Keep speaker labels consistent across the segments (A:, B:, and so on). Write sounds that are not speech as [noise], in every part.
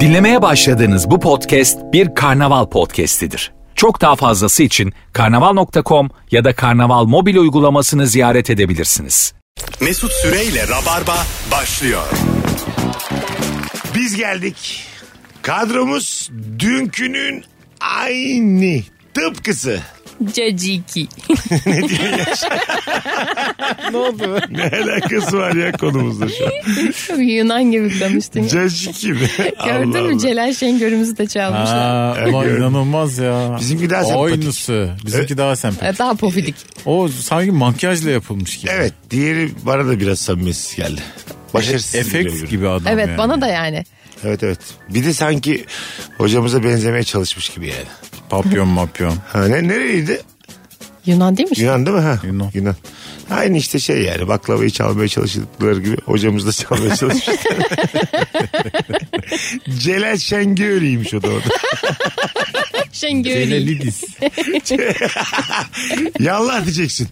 A: Dinlemeye başladığınız bu podcast bir karnaval podcastidir. Çok daha fazlası için karnaval.com ya da karnaval mobil uygulamasını ziyaret edebilirsiniz.
B: Mesut Süreyle Rabarba başlıyor.
C: Biz geldik. Kadromuz dünkünün aynı tıpkısı.
D: Caciki.
C: Ne oldu? ne alakası var ya konumuzda şu an?
D: Yunan gibi konuştun. ya.
C: Cacı kim? Allah
D: Gördün
C: Allah.
D: mü Celal Şengör'ümüzü de çalmışlar.
C: [laughs]
E: Aa, ama inanılmaz ya.
C: Bizimki daha sempatik.
E: Aynısı. Bizimki daha sempatik.
D: Ee, Daha pofidik.
E: O sanki makyajla yapılmış gibi.
C: Evet diğeri bana da biraz samimiyetsiz geldi. Başarısız
E: Efekt gibi adam
D: Evet
E: yani.
D: bana da yani.
C: Evet evet. Bir de sanki hocamıza benzemeye çalışmış gibi yani.
D: [laughs]
E: Papyon mapyon.
C: Ha, ne, nereydi?
D: Yunan değil mi?
C: Yunan değil mi? Ha,
E: Yunan.
C: Aynı işte şey yani baklavayı çalmaya çalıştıkları gibi hocamız da çalmaya
D: [laughs]
C: çalışmış. Celal Şengör'üymüş o da orada.
D: Şengör'i.
E: Celalidiz.
C: [laughs] Yallah diyeceksin.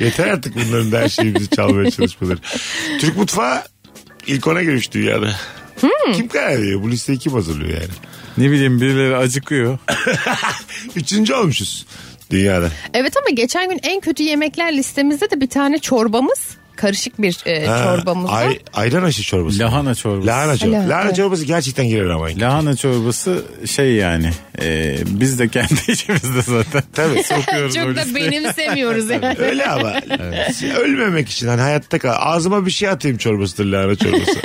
C: Yeter artık bunların da her şeyimizi çalmaya çalışmaları. Türk mutfağı ilk ona girmiş dünyada.
D: Hmm.
C: Kim karar veriyor? Bu listeyi kim hazırlıyor yani? [laughs]
E: ne bileyim birileri acıkıyor.
C: Üçüncü olmuşuz dünyada.
D: Evet ama geçen gün en kötü yemekler listemizde de bir tane çorbamız. Karışık bir e,
C: Ha,
D: çorbamız var.
C: ay- ayran aşı çorbası.
E: Lahana çorbası.
C: Lahana çorbası.
D: Lahana,
C: Lahana
D: evet.
C: çorbası gerçekten girer ama.
E: Lahana çorbası şey yani e, biz de kendi [laughs] içimizde zaten
C: Tabii.
E: [laughs] sokuyoruz o
D: Çok da
E: listeye.
C: [laughs]
D: benimsemiyoruz yani.
C: Öyle ama ölmemek için hani hayatta kal. Ağzıma bir şey atayım çorbasıdır lahana
D: [laughs]
C: çorbası.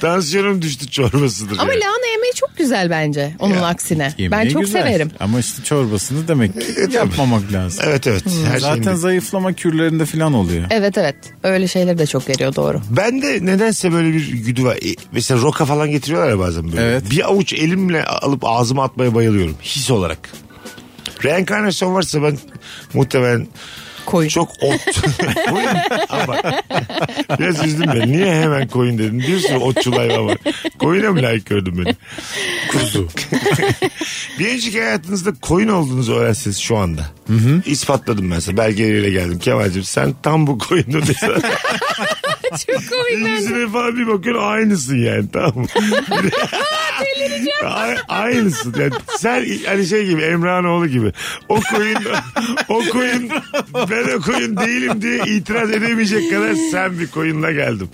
C: Tansiyonum düştü çorbasıdır.
D: Ama
C: yani.
D: lahana yemeği çok güzel bence onun aksine.
E: Yemeği
D: ben çok
E: güzel.
D: severim.
E: Ama işte çorbasını demek ki yapmamak lazım.
C: Evet evet. Her E, şeyin
E: Zaten
C: bir-
E: zayıflama kürlerinde falan oluyor.
D: Evet evet öyle şeyler de çok veriyor doğru.
C: Ben de nedense böyle bir güdü var. E, Mesela roka falan getiriyorlar ya bazen böyle.
E: Evet.
C: Bir avuç elimle alıp ağzıma atmaya bayılıyorum. His olarak. Reenkarnasyon varsa ben muhtemelen
D: Koyun.
C: çok ot. koyun. Ama biraz üzdüm ben. Niye hemen koyun dedin? Bir sürü otçul hayvan var. Koyuna mı layık gördün beni? Kuzu. [laughs] bir önceki hayatınızda koyun olduğunuzu öğrenseniz şu anda. İspatladım ben size. Belgeleriyle geldim. Kemal'cim sen tam bu koyunun desene.
D: çok komik bence.
C: Yüzüne falan bir bakıyorsun aynısın yani tamam mı? [laughs] A- aynısın yani sen hani şey gibi Emrah'ın oğlu gibi o koyun o koyun ben o koyun değilim diye itiraz edemeyecek kadar sen bir koyunla geldim.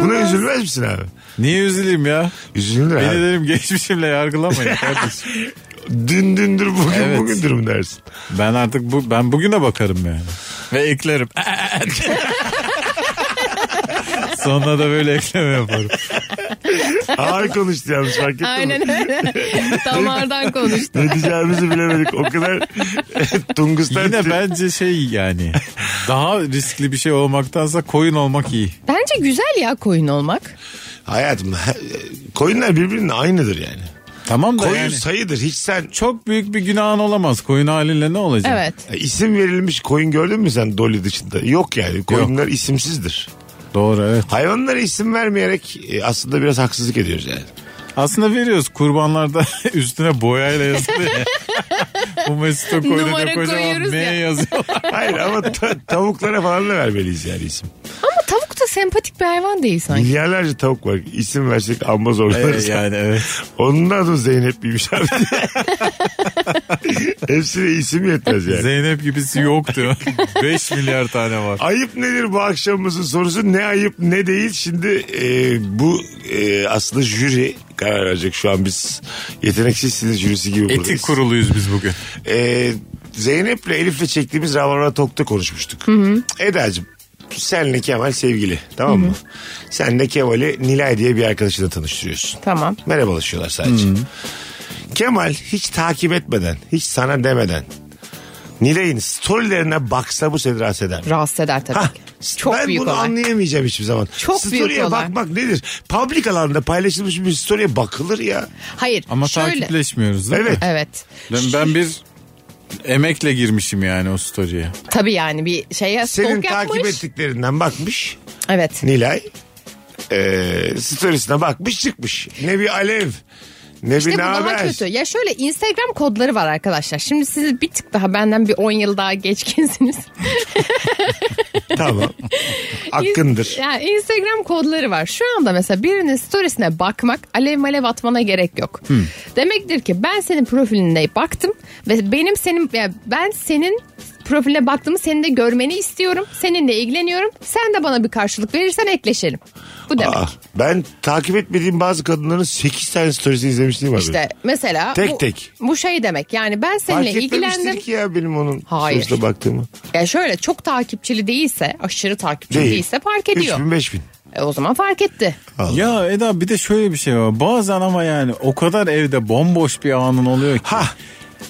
C: Buna üzülmez misin abi?
E: Niye üzüleyim ya?
C: Üzülür
E: Beni
C: abi.
E: dedim [laughs] geçmişimle yargılamayın kardeşim.
C: Dün dündür bugün
E: Evet.
C: bugündür mü dersin?
E: Ben artık bu ben bugüne bakarım yani. Ve eklerim. [laughs] Sonra da böyle ekleme
C: [laughs]
E: yaparım.
C: Ağır konuştu yalnız fark ettin [laughs] mi?
D: Aynen öyle. Damardan konuştu.
C: Ne diyeceğimizi bilemedik. O kadar
E: [laughs]
C: tungustan
E: Yine bence şey yani daha riskli bir şey olmaktansa koyun olmak iyi.
D: Bence güzel ya koyun olmak.
C: Hayatım koyunlar birbirinin aynıdır yani.
E: Tamam da
C: Koyun
E: yani
C: sayıdır. Hiç sen
E: çok büyük bir günahın olamaz. Koyun halinle ne olacak?
D: Evet.
C: E, İsim verilmiş koyun gördün mü sen Dolly dışında? Yok yani. Koyunlar isimsizdir.
E: Doğru evet.
C: Hayvanlara isim vermeyerek e, aslında biraz haksızlık ediyoruz yani.
E: Aslında veriyoruz kurbanlarda [laughs] üstüne boyayla yazılıyor. Bu Mesut'a koyduğunda
D: Numara
E: kocaman
D: koyuyoruz
E: M
D: ya.
E: yazıyor.
C: Hayır ama ta- tavuklara falan da vermeliyiz yani isim.
D: Ama tavuk da sempatik bir hayvan değil sanki.
C: Milyarlarca tavuk var. İsim versek amma zorlarız.
E: Evet, yani evet.
C: Onun adı Zeynep'liymiş
E: [laughs]
C: abi. Hepsine isim yetmez [laughs] yani.
E: Zeynep
C: [laughs]
E: gibisi yoktu. 5 milyar tane var.
C: Ayıp nedir bu akşamımızın sorusu ne ayıp ne değil şimdi e, bu e, aslında jüri karar verecek şu an biz yeteneksizsiniz jürisi gibi buradayız.
E: Etik kuruluyuz biz bugün.
C: Ee, Zeynep'le Elif'le çektiğimiz Ravarva Tok'ta konuşmuştuk. Eda'cığım senle Kemal sevgili tamam mı? Sen de Kemal'i Nilay diye bir arkadaşıyla tanıştırıyorsun.
D: Tamam.
C: Merhabalaşıyorlar sadece. Kemal hiç takip etmeden, hiç sana demeden Nilay'ın storylerine baksa bu seni rahatsız eder mi?
D: Rahatsız eder tabii
C: Hah,
D: ki. Çok
C: ben
D: büyük
C: bunu
D: olay.
C: anlayamayacağım hiçbir zaman.
D: Çok büyük
C: Story'e
D: olay.
C: bakmak nedir? Public alanda paylaşılmış bir story'e bakılır ya.
D: Hayır
E: Ama
D: şöyle.
E: takipleşmiyoruz değil mi?
C: Evet.
D: Evet.
E: Ben, ben bir emekle girmişim yani o story'e.
D: Tabii yani bir şeye
C: Senin
D: stalk yapmış.
C: takip ettiklerinden bakmış. Ee,
D: Evet.
C: Nilay e, storiesine bakmış çıkmış. Ne bir alev Ne
D: İşte
C: bir
D: bu
C: ne
D: daha
C: haber?
D: kötü. Ya şöyle Instagram kodları var arkadaşlar. Şimdi siz bir tık daha benden bir 10 yıl daha geçkinsiniz.
C: [laughs]
D: [laughs]
C: Tamam. Hakkındır.
D: Yani Instagram kodları var. Şu anda mesela birinin storiesine bakmak alev malev atmana gerek yok. Demektir ki ben senin profiline baktım ve benim senin ya ben senin profiline baktığımı senin de görmeni istiyorum. Seninle ilgileniyorum. Sen de bana bir karşılık verirsen ekleşelim. Bu demek.
C: Aa, ben takip etmediğim bazı kadınların 8 tane storiesi izlemişliğim var. benim.
D: İşte mesela
C: Tek
D: bu,
C: tek.
D: bu şey demek. Yani ben seninle
C: Fark
D: ilgilendim.
C: etmemiştir ki ya benim onun
D: Hayır.
C: sonuçta baktığımı.
D: Ya şöyle çok takipçili değilse, aşırı takipçili
C: Değil.
D: değilse fark ediyor.
C: 3000 5000.
D: E, o zaman fark etti.
E: Ya Eda bir de şöyle bir şey var. Bazen ama yani o kadar evde bomboş bir anın oluyor ki.
C: Hah.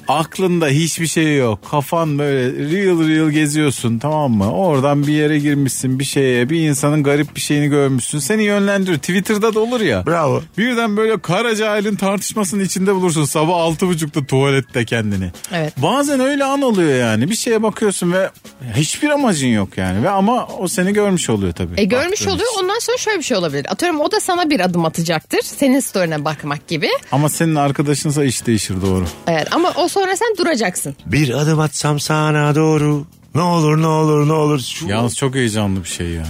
E: Aklında hiçbir şey yok. Kafan böyle real real geziyorsun tamam mı? Oradan bir yere girmişsin bir şeye. Bir insanın garip bir şeyini görmüşsün. Seni yönlendiriyor. Twitter'da da olur ya.
C: Bravo.
E: Birden böyle Karacahil'in tartışmasının içinde bulursun. Sabah altı buçukta tuvalette kendini.
D: Evet.
E: Bazen öyle an oluyor yani. Bir şeye bakıyorsun ve hiçbir amacın yok yani. ve Ama o seni görmüş oluyor tabii.
D: E görmüş
E: Baktığın
D: oluyor.
E: için.
D: Ondan sonra şöyle bir şey olabilir. Atıyorum o da sana bir adım atacaktır. Senin story'ine bakmak gibi.
E: Ama senin arkadaşınsa iş değişir doğru.
D: Evet ama o sonra sen duracaksın.
C: Bir adım atsam sana doğru. Ne olur ne olur ne olur. Şu
E: Yalnız çok heyecanlı bir şey ya.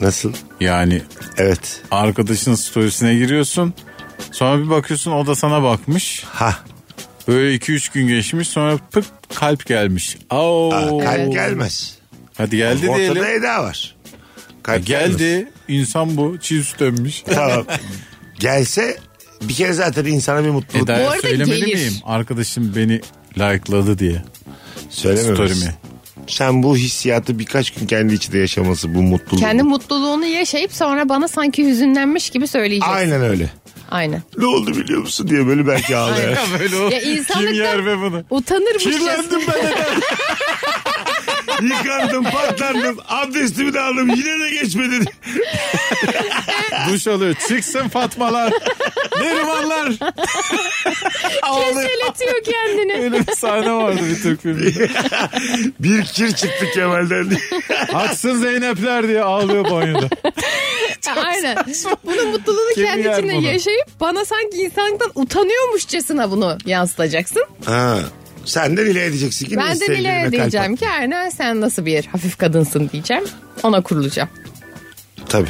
C: Nasıl?
E: Yani
C: Evet.
E: arkadaşın storiesine giriyorsun. Sonra bir bakıyorsun o da sana bakmış.
C: Ha.
E: Böyle 2-3 gün geçmiş sonra pıt kalp gelmiş. Oo.
C: Ah, Kalp gelmez.
E: Hadi geldi diyelim. E,
C: Ortada Eda var. Kalp gelmez.
E: Geldi. insan bu. Çiğ
C: [laughs]
E: süt emmiş.
C: Tamam. Gelse bir kere zaten insana bir mutluluk
D: Bu
E: Eda'ya
D: arada
E: E, söylemeli
D: gelir.
E: miyim? Arkadaşım beni like'ladı diye.
C: söylememez. [laughs]
E: Story'mi.
C: Sen bu hissiyatı birkaç gün kendi içinde yaşaması bu mutluluğu.
D: Kendi mutluluğunu yaşayıp sonra bana sanki hüzünlenmiş gibi söyleyeceksin. Aynen.
C: Aynen öyle. Ne oldu biliyor musun diye böyle belki ağlıyor.
E: Böyle o.
D: Ya insanlıktan-
E: Kim yer be bunu?
D: Utanırmışçasına.
E: Kirlendim ben Eda.
C: Yıkandım patlandım abdestimi de aldım yine de geçmedi.
D: [laughs]
E: Duş alıyor. Çıksın Fatmalar. Nerimanlar. Ağlıyor.
D: Keseletiyor kendini.
E: Öyle bir sahne vardı bir Türk filmi.
C: [laughs] bir kir çıktı Kemal'den.
E: Aksın Zeynepler diye ağlıyor banyoda.
D: Aynen. Bunun mutluluğunu
E: Kim
D: kendi
E: yer
D: içinde
E: bunu?
D: yaşayıp bana sanki insanlıktan utanıyormuşçasına bunu yansıtacaksın.
C: ha. Sen de bile edeceksin ki.
D: ben de
C: sevgilime
D: bile
C: kalp
D: diyeceğim
C: attın.
D: ki aynen sen nasıl bir hafif kadınsın diyeceğim. Ona kurulacağım.
C: Tabii.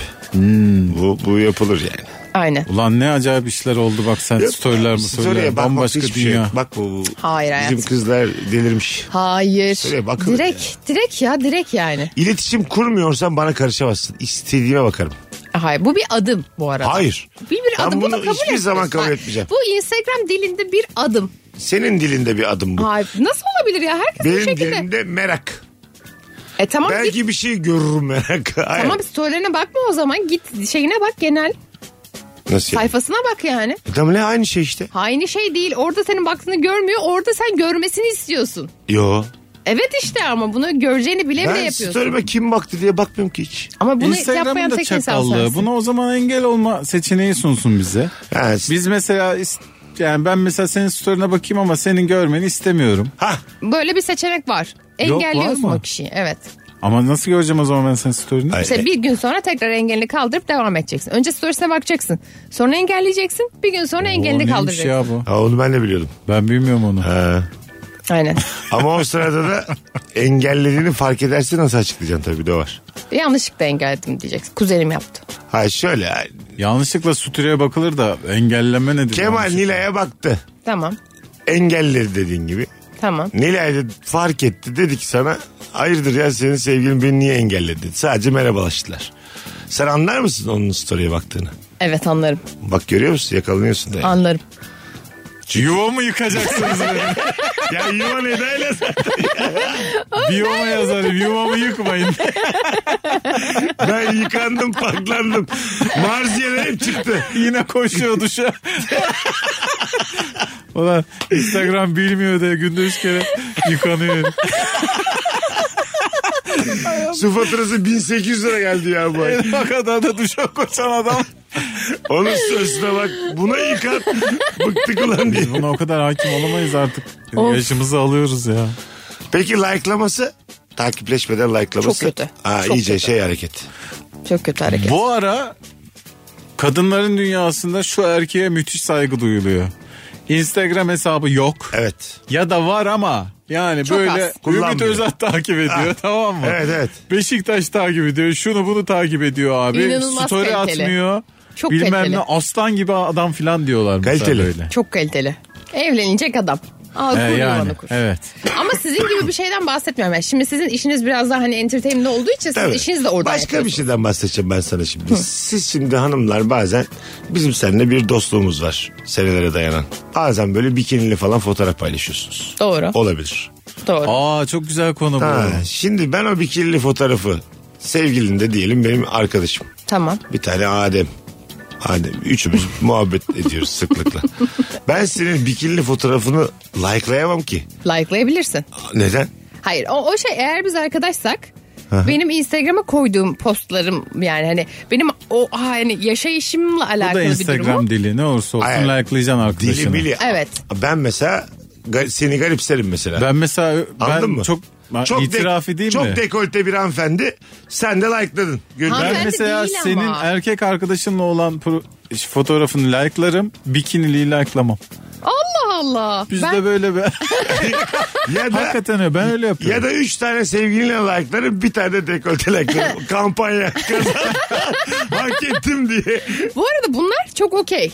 C: Bu, bu yapılır yani.
D: Aynen.
E: Ulan ne acayip işler oldu bak sen storyler mi
C: Story'e
E: storyler.
C: bakmak
E: Bambaşka
C: hiçbir şey
E: dünya.
C: yok. Bak bu.
D: Hayır hayatım.
C: Bizim kızlar delirmiş.
D: Hayır.
C: Şuraya bakılır
D: direkt, direkt ya direkt yani.
C: İletişim kurmuyorsan bana karışamazsın. İstediğime bakarım.
D: Hayır bu bir adım bu arada.
C: Hayır.
D: Bir, bir
C: Ben
D: adım
C: bunu
D: bunu, kabul
C: hiçbir zaman
D: etmiyorsun.
C: kabul
D: Hayır.
C: etmeyeceğim.
D: Bu Instagram dilinde bir adım.
C: Senin dilinde bir adım bu.
D: Hayır nasıl olabilir ya herkes bu
C: Benim
D: şekilde.
C: dilimde merak.
D: E tamam git.
C: Belki bir şey görürüm merak. [laughs] Hayır.
D: Tamam storylerine bakma o zaman git şeyine bak genel
C: Nasıl yani?
D: sayfasına bak yani.
C: E Tamam ne aynı şey işte.
D: Aynı şey değil orada senin baktığını görmüyor orada sen görmesini istiyorsun.
C: Yo.
D: Evet işte ama bunu göreceğini bile bile
C: Ben
D: yapıyorsun.
C: story'ime kim baktı diye bakmıyorum ki hiç.
D: Ama bunu yapmayan
E: Instagram'ın da
D: tek insan
E: çakallığı.
D: sensin.
E: Buna o zaman engel olma seçeneği sunsun bize.
C: Ha,
E: Biz mesela is- yani ben mesela senin story'ine bakayım ama senin görmeni istemiyorum.
C: ha
D: Böyle bir seçenek var. Engelliyorsun
E: var mı?
D: o kişiyi evet.
E: Ama nasıl göreceğim o zaman ben senin story'ini?
C: Ay.
D: İşte bir gün sonra tekrar engelini kaldırıp devam edeceksin. Önce storiesine bakacaksın. Sonra engelleyeceksin. Bir gün sonra
E: O
D: engelini
E: neymiş
D: kaldıracaksın.
E: ya bu?
C: Ha, onu ben de biliyordum.
E: Ben bilmiyorum onu.
C: Ha.
D: Aynen.
C: Ama o sırada da engellediğini fark ederse nasıl açıklayacaksın tabii bir de var.
D: Yanlışlıkla engelledim diyeceksin. Kuzenim yaptı.
C: Ha şöyle
E: Yanlışlıkla stüdyoya bakılır da engelleme nedir?
C: Kemal
E: Yanlışlıkla.
C: Nilay'a baktı.
D: Tamam.
C: Engelledi dediğin gibi.
D: Tamam.
C: Nilay da fark etti dedi ki sana hayırdır ya senin sevgilin beni niye engelledi dedi. Sadece merhabalaştılar. Sen anlar mısın onun story'e baktığını?
D: Evet anlarım.
C: Bak görüyor musun yakalanıyorsun da. yani.
D: Anlarım.
E: Yuva mı
D: [laughs]
E: yıkacaksınız? beni?
C: ya yuva ne dayla sen?
E: Biyoma yazarım. Yuvamı yıkmayın.
C: Ben yıkandım patlandım. Marziyede hep çıktı.
E: [laughs] Yine koşuyor duşa. [laughs] Ulan Instagram bilmiyor diye günde üç kere yıkanıyor.
C: Su faturası 1800 lira geldi ya bu ay.
E: Elma kadar da duşa koşan adam.
C: Onun sözüne bak buna yıkan. Bıktık ulan diye.
E: Biz buna o kadar hakim olamayız artık.
D: Of.
E: Yaşımızı alıyoruz ya.
C: Peki likelaması? Takipleşmeden likelaması.
D: Çok kötü.
C: Aa,
D: Çok
C: iyice
D: kötü.
C: şey hareket.
D: Çok kötü hareket.
E: Bu ara kadınların dünyasında şu erkeğe müthiş saygı duyuluyor. Instagram hesabı yok.
C: Evet.
E: Ya da var ama yani
D: Çok az.
E: böyle Ümit
C: Kullanmıyor. Ah.
E: Özat takip ediyor tamam mı?
C: Evet, evet.
E: Beşiktaş takip ediyor. Şunu bunu takip ediyor abi.
D: İnanılmaz
E: Story
D: kaliteli.
E: atmıyor.
D: Çok
E: Bilmem
D: kaliteli.
E: ne aslan gibi adam filan diyorlar mesela
C: Kaliteli.
E: böyle.
D: Çok kaliteli. Evlenecek adam. Aa,
E: Ee,
D: kur
E: yani
D: yuvanı kur.
E: evet.
D: Ama sizin gibi bir şeyden bahsetmiyorum. Yani şimdi sizin işiniz biraz daha hani entertainment olduğu için sizin
C: Tabii.
D: işiniz de oradan
C: Başka bir
D: yapıyorsunuz.
C: şeyden bahsedeceğim ben sana şimdi. Siz şimdi hanımlar bazen bizim seninle bir dostluğumuz var senelere dayanan. Bazen böyle bikinili falan fotoğraf paylaşıyorsunuz.
D: Doğru.
C: Olabilir.
D: Doğru.
E: Aa çok güzel konu bu.
C: Ha, şimdi ben o bikinili fotoğrafı sevgilin de diyelim benim arkadaşım.
D: Tamam.
C: Bir tane Adem. Adem.
E: [laughs]
C: Üçümüz muhabbet ediyoruz sıklıkla. Ben senin bikinili fotoğrafını likelayamam ki.
D: Like'layabilirsin.
C: Neden?
D: Hayır o, o şey eğer biz arkadaşsak benim Instagram'a koyduğum postlarım yani hani benim o hani yaşayışımla
E: Bu da
D: alakalı bir durum.
E: Instagram dili ne olursa olsun
C: Ay, Dili
E: like'layacaksın arkadaşını.
C: bili.
D: Evet.
C: Ben mesela ga- seni garipserim mesela.
E: Ben mesela ben
C: Anladın mı?
E: çok, ben
C: de-
E: itirafi değil
C: çok
E: mi?
C: dekolte bir hanımefendi. Sen de like'ladın. Gülben.
D: Hanımefendi-
E: ben
D: Ben de
E: mesela
D: değil
E: senin
D: ama.
E: erkek arkadaşınla olan pro- fotoğrafını like'larım, bikiniliği like'lamam.
D: Allah Allah.
E: Biz
D: ben
E: de böyle bir...
C: ya da
E: Hakikaten öyle, ben öyle yapıyorum.
C: ya da üç tane sevgilinle like'larım bir tane dekolte
D: [laughs]
C: like'larım. Kampanya kazan. Hak ettim diye.
D: Bu arada bunlar çok okey.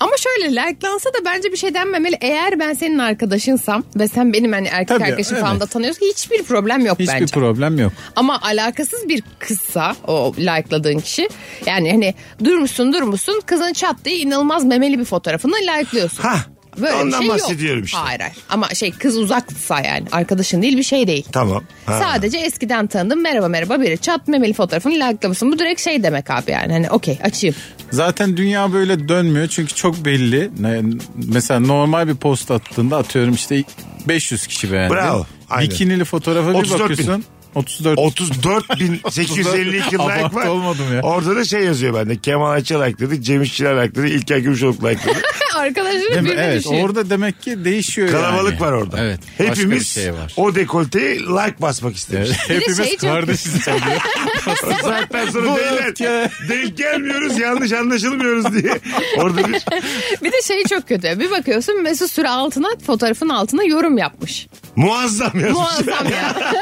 D: Ama şöyle like'lansa da bence bir şey denmemeli. Eğer ben senin arkadaşınsam ve sen benim hani erkek
E: Tabii,
D: arkadaşım
E: evet.
D: falan da tanıyorsan hiçbir problem yok
E: Hiçbir
D: bence.
E: problem yok.
D: Ama alakasız bir kızsa o like'ladığın kişi yani hani durmuşsun durmuşsun kızın çat diye inanılmaz memeli bir fotoğrafını like'lıyorsun.
C: Hah,
D: Böyle
C: ondan
D: bir şey
C: bahsediyorum
D: yok.
C: işte.
D: Hayır hayır. Ama şey kız uzaksa yani arkadaşın değil bir şey değil.
C: Tamam. Ha.
D: Sadece eskiden tanıdım merhaba merhaba biri çat memeli fotoğrafını like'lamışsın. Bu direkt şey demek abi yani hani okey açayım. [laughs]
E: Zaten dünya böyle dönmüyor çünkü çok belli. Ne- Mesela normal bir post attığında atıyorum işte 500 kişi beğendi.
C: Bravo, aynen.
E: Bikinili fotoğrafa bir
C: 34 bin.
E: bakıyorsun.
C: 34.852
E: 34
C: like var.
E: [laughs] Abartı olmadım ya.
C: Orada da şey yazıyor bende. Kemal Ayça like'ladı, Cem İşçiler like'ladı, İlker Gümüşoluk
E: [laughs]
C: like'ladı.
E: Değil
D: Arkadaşını
E: mi?
D: birbirine
E: Evet
D: düşüyor.
E: orada demek ki değişiyor
C: Kalabalık
E: yani.
C: var orada.
E: Evet. başka bir
C: Hepimiz
E: şey var.
C: o dekolteye like basmak istemiş. [laughs]
E: Evet,
D: de
E: Hepimiz
D: şey çok-
E: kardeşiz.
C: Zaten sonra
E: [laughs] Bu
C: beyler
E: öfke.
C: denk gelmiyoruz yanlış anlaşılmıyoruz diye. Orada
E: [laughs]
C: bir
D: [laughs] Bir de şey çok kötü. Bir bakıyorsun Mesut Süre altına fotoğrafın altına yorum yapmış.
C: muazzam yazmış.
D: Muazzam
E: [laughs]
D: ya.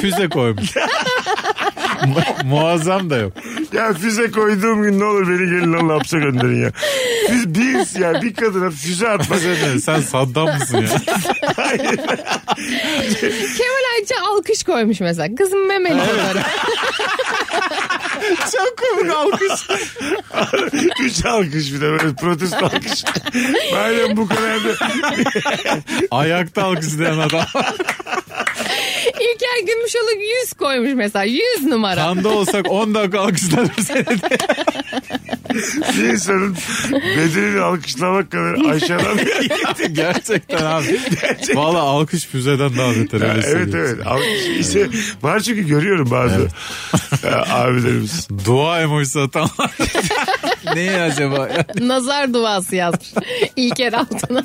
E: Füze koymuş. Mu- Muazzam da yok.
C: Ya füze koyduğum gün ne olur beni gelin alın hapse gönderin ya. Biz, biz ya bir kadına füze atmak [laughs]
E: Sen Saddam mısın ya?
D: Kemal Ayça alkış koymuş mesela. Kızın memeli fotoğrafı.
E: Çok komik alkış.
C: Üç alkış bir de böyle protesto alkış. Madem bu kadar da
E: Ayakta alkış diyen adam.
D: İlker Gümüşoluk 100 koymuş mesela. 100 numara.
E: Kanda olsak 10 dakika alkışlar bize.
C: bir insanın bedenini alkışlamak kadar aşağıdan bir
E: Gerçekten abi. Valla alkış füzeden daha beter. öyle
C: Evet
E: söyleyeyim.
C: evet. Alkış ise var çünkü görüyorum bazı ya, abilerimiz.
E: Dua emojisi atanlar. [laughs] Neye acaba?
D: Nazar duası yazmış. [laughs] İlker altına.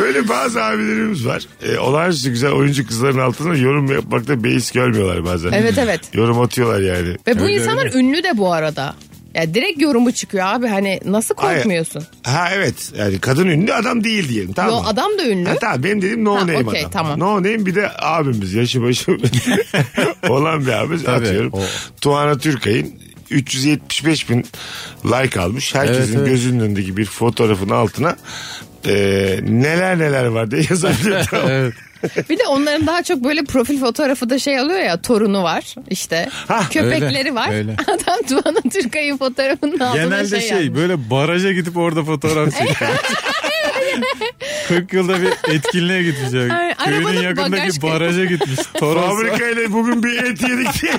C: Böyle bazı abilerimiz var. E, olağanüstü güzel oyuncu kızların altına yorum yapmakta beis görmüyorlar bazen.
D: Evet, evet.
C: Yorum atıyorlar yani.
D: Ve bu insanlar ünlü de bu arada. Ya direkt yorumu çıkıyor abi hani nasıl
C: Hayır.
D: korkmuyorsun?
C: Ha evet. Yani kadın ünlü adam değil diyelim. Tamam
D: Yo
C: mı?
D: adam da ünlü.
C: Ha, tamam benim dediğim no
D: Ha,
C: name
D: okey,
C: adam.
D: tamam.
C: No name bir de abimiz yaşı
E: [laughs]
C: başı [laughs] olan bir abimiz
E: Tabii,
C: atıyorum.
E: o.
C: Tuana Türkay'ın 375 bin like almış. Herkesin
E: Evet, evet.
C: gözünün önündeki bir fotoğrafın altına e, neler neler var diye yazabiliyor. Tamam.
E: [laughs] Evet.
D: Bir de onların daha çok böyle profil fotoğrafı da şey alıyor ya torunu var işte
C: Hah,
D: köpekleri
E: öyle,
D: var.
E: öyle.
D: [laughs] Adam Tuana Türkay'ın fotoğrafının altına
E: Genelde şey,
D: şey yazmış.
E: böyle baraja gidip orada fotoğraf çekiyor. 40 yılda bir etkinliğe gidecek.
D: Ay,
E: Köyünün
D: arabada
E: yakındaki
D: bagaj-
E: baraja gitmiş. Toros.
C: Fabrikayla bugün bir et yedik
E: [laughs]
C: diye.